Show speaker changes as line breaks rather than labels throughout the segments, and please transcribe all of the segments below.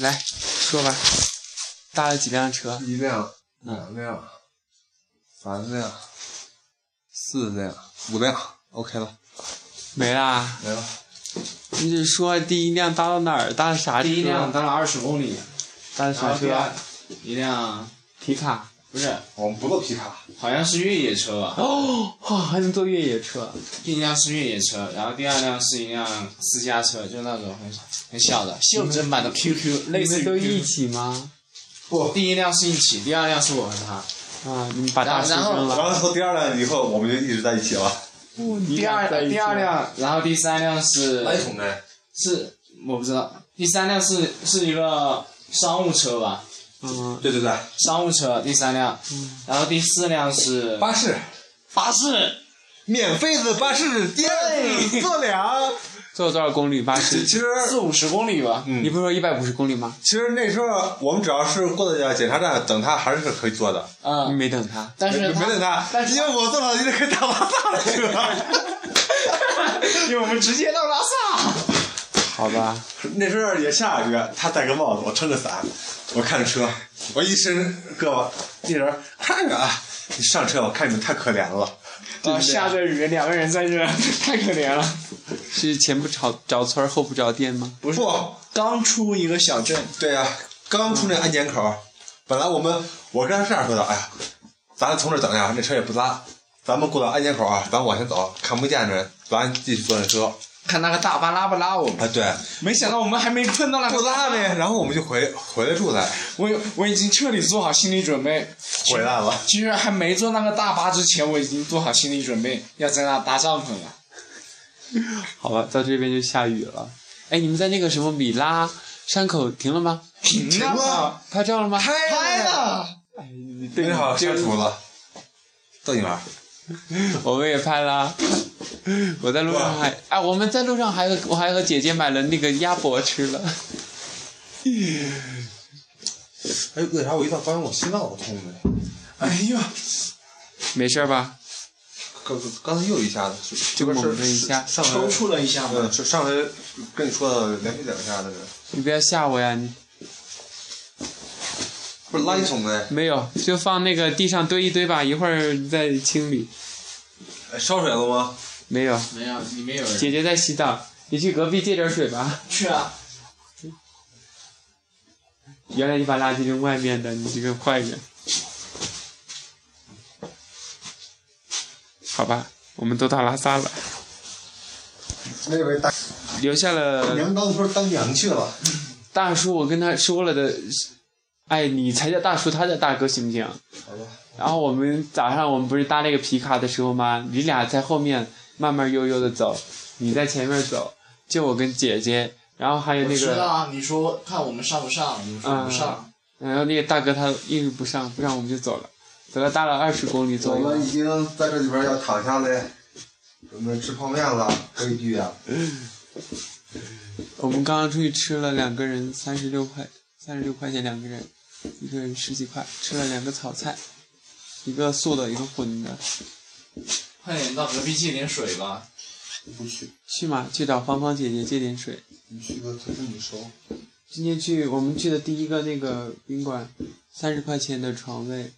来说吧，搭了几辆车？
一辆、两辆、三辆、四辆、五辆，OK 了，
没啦？
没了。
你只说第一辆搭到哪儿？搭了啥车？
第一辆搭了二十公里，
搭了
然
啥
后第
车？
二一辆
皮卡。
不是，
我们不做皮卡，
好像是越野车吧？
哦，哇还能坐越野车？
第一辆是越野车，然后第二辆是一辆私家车，就那种很很小的袖珍版的 QQ，类
你
似
们
于
都一
QQ。
起吗？
不。
第一辆是一起，第二辆是我和他。
啊，你们把大叔
然后
扔
然
了。
后从第二辆以后，我们就一直在一起了。
哦你
第
俩
二
在一起
第二辆，然后啊第三辆是
桶呢？
是我不知道，第三辆是是一个商务车吧，
嗯，
对对对，
商务车第三辆，然后第四辆是
巴士，
巴士，
免费的巴士，第二 次坐俩。
坐了多少公里？八十
其。实，
四五十公里吧。
你不是说一百五十公里吗？
其实那时候我们只要是过了检查站等他，还是可以坐的。
你
嗯，
没等他。
但是
没没
他
等他，
但是
因为我坐了一个大巴萨的 车。
因为我们直接到拉萨。
好吧，
那时候也下雨，他戴个帽子，我撑着伞，我看着车，我一伸胳膊，那人看着啊，你上车，我看你们太可怜了。
啊，下着雨，两个人在这， 太可怜了。
是前不着着村儿后不着店吗？
不不，
刚出一个小镇，
对呀、刚出那安检口，本来我们我跟他这样说的，哎呀，咱从这儿等呀，那车也不拉，咱们过到安检口啊，咱往前走，看不见人，咱继续坐那车。
看那个大巴拉不拉我们，
啊，对，
没想到我们还没碰到那个
不拉
呢。
呗，然后我们就回回了住来，
我我已经彻底做好心理准备，
回来了。
居然还没坐那个大巴之前，我已经做好心理准备要在那搭帐篷了。
好吧，到这边就下雨了。哎，你们在那个什么米拉山口停了吗？
停
啊
了，
拍照了吗？
拍了，
哎，你对
你好，删除了，逗你玩儿。
我们也拍啦。 我在路上还哎，我们在路上还和我还和姐姐买了那个鸭脖吃了。
哎，为啥我一到高原我心脏我痛的？
哎呦，
没事儿吧？
刚刚才又一下子，
就
不是
猛的一下
上
抽
回
搐了一下嘛。
嗯，是上回跟你说的连续两下的，
你不要吓我呀！你
不是垃圾桶呗？
没有，就放那个地上堆一堆吧，一会儿再清理。
哎烧水了吗？
没有，
没有，里面有人。
姐姐在洗澡，你去隔壁借点水吧。
去啊！
原来你把垃圾扔外面的，你这个坏人。好吧，我们都到拉萨了，
那位大
留下了
娘当村当娘去了，
大叔，我跟他说了的，哎，你才叫大叔，他叫大哥，行不行？
好吧。
然后我们早上我们不是搭那个皮卡的时候吗？你俩在后面慢慢悠悠的走，你在前面走，就我跟姐姐，然后还有那
我知道
个，
啊，你说看我们上不上？你们说不上，
然后那个大哥他硬是不上，不上我们就走了，走了大概二十公里左右。
已经在这里边要躺下嘞，准备吃泡面了，规矩啊。
我们刚刚出去吃了两个人三十六块，三十六块钱两个人，一个人十几块，吃了两个炒菜，一个素的，一个荤的。
快点到隔壁借点水吧。
不去，
去嘛，去找芳芳姐姐借点水。
你去个他跟你收。
今天去我们去的第一个那个宾馆，三十块钱的床位，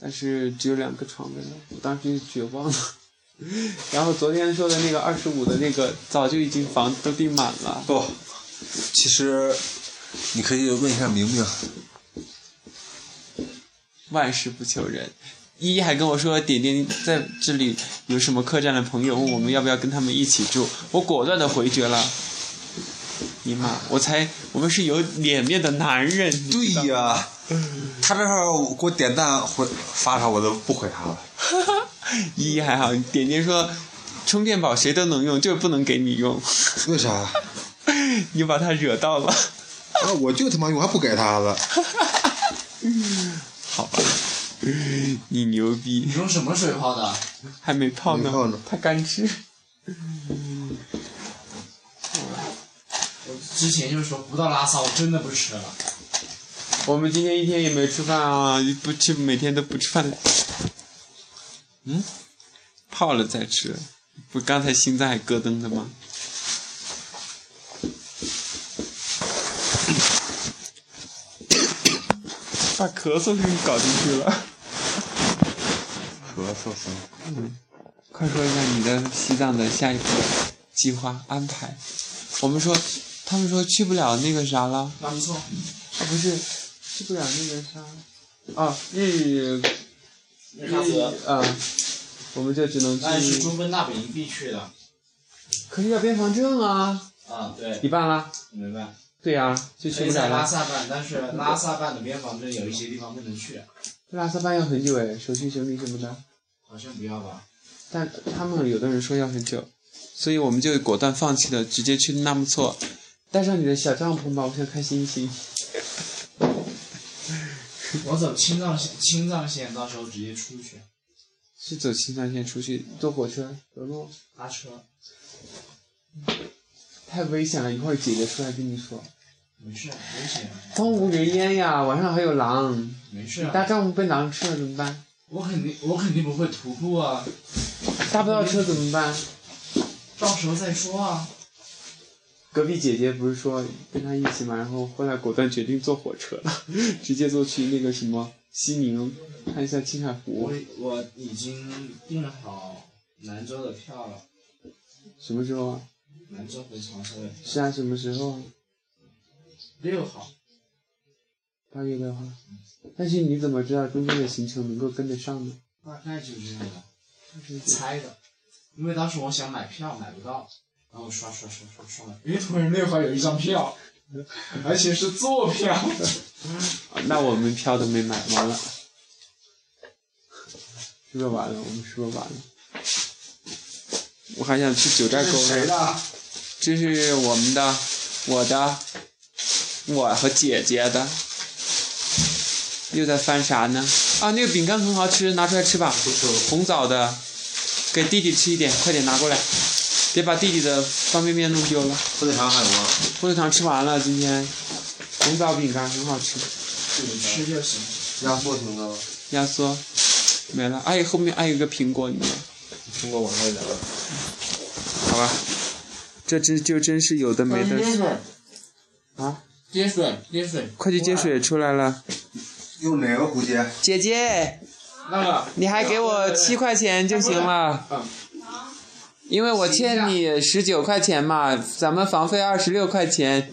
但是只有两个床位了，我当时就绝望了。 然后昨天说的那个二十五的那个，早就已经房子都订满了。
不，其实你可以问一下明明，
万事不求人。依依还跟我说，点点在这里有什么客栈的朋友，问我们要不要跟他们一起住，我果断的回绝了。尼玛，我才我们是有脸面的男人。
对呀、 他这会儿给我点赞回发啥，我都不回他了。
依依还好，点点说，充电宝谁都能用，就是不能给你用，
为啥？
你把他惹到了。
啊，我就他妈我还不给他了。
好吧， 你牛逼
你，用什么水泡的？
还没泡呢，
没泡呢
他干吃。
我之前就说不到拉萨，我真的不吃了。
我们今天一天也没吃饭啊，不吃每天都不吃饭。嗯，泡了再吃，不刚才心脏还咯噔的吗？ 把咳嗽给你搞进去了。
咳嗽声。
快说一下你的西藏的下一步计划安排。我们说，他们说去不了那个啥了，
那不错，
啊不是，去不了那个啥，啊日语
日喀则，
啊，我们就只能
那是
去。
中分大本营必去的。
可是要边防证啊，
啊，对，
你办了？
明白。
对呀、就
可
去
以
不了
在拉
了。
萨办，但是拉萨办的边防证有一些地方不能去，
拉萨办要很久哎，手续审理什么的，
好像不要吧？
但他们有的人说要很久，所以我们就果断放弃了，直接去纳木错。带上你的小帐篷吧，我想看星星。
我走青藏线，青藏线到时候直接出去
是走青藏线出去，坐火车、走路，
搭车，
太危险了。一会儿姐姐出来跟你说。
没事，危险，
风无人烟呀，晚上还有狼，
没
你
事。啊
搭帐篷被狼吃了怎么办？
我肯定，我肯定不会徒步啊，
搭不到车怎么办？
到时候再说啊。
隔壁姐姐不是说跟她一起嘛，然后后来果断决定坐火车了， 直接坐去那个什么西宁，看一下青海湖
我。我已经订好兰州的票了，
什么时候啊？
兰州回长沙的
是啊，什么时候啊？
六号。
八月六号。但是你怎么知道中间的行程能够跟得上呢？
大概就这样吧，猜的。因为当时我想买票买不到，然后我刷刷刷刷刷了，诶，突然那会儿有一张票， 而且是坐票。
啊那我们票都没买，完了，是不是完了？我们是不是完了？我还想去九寨沟呢。
的？
这是我们的，我的，我和姐姐的。又在翻啥呢？啊，那个饼干很好吃，拿出来吃吧。红枣的，给弟弟吃一点，快点拿过来，别把弟弟的方便面弄丢了。
火腿肠还有吗？
火腿肠吃完了，今天红枣饼干很好吃。
你吃就行。
压缩型的吗？
压缩没了，哎，后面还有一个苹果，你们
苹果往上一点吧。
好吧？这真就真是有的没的
水，
啊！
接水，接水。
快去接水出来了，
用哪个蝴蝶？
姐姐。
那个，
你还给
哎
我七块钱就行了
嗯，
因为我欠你十九块钱嘛，咱们房费二十六块钱，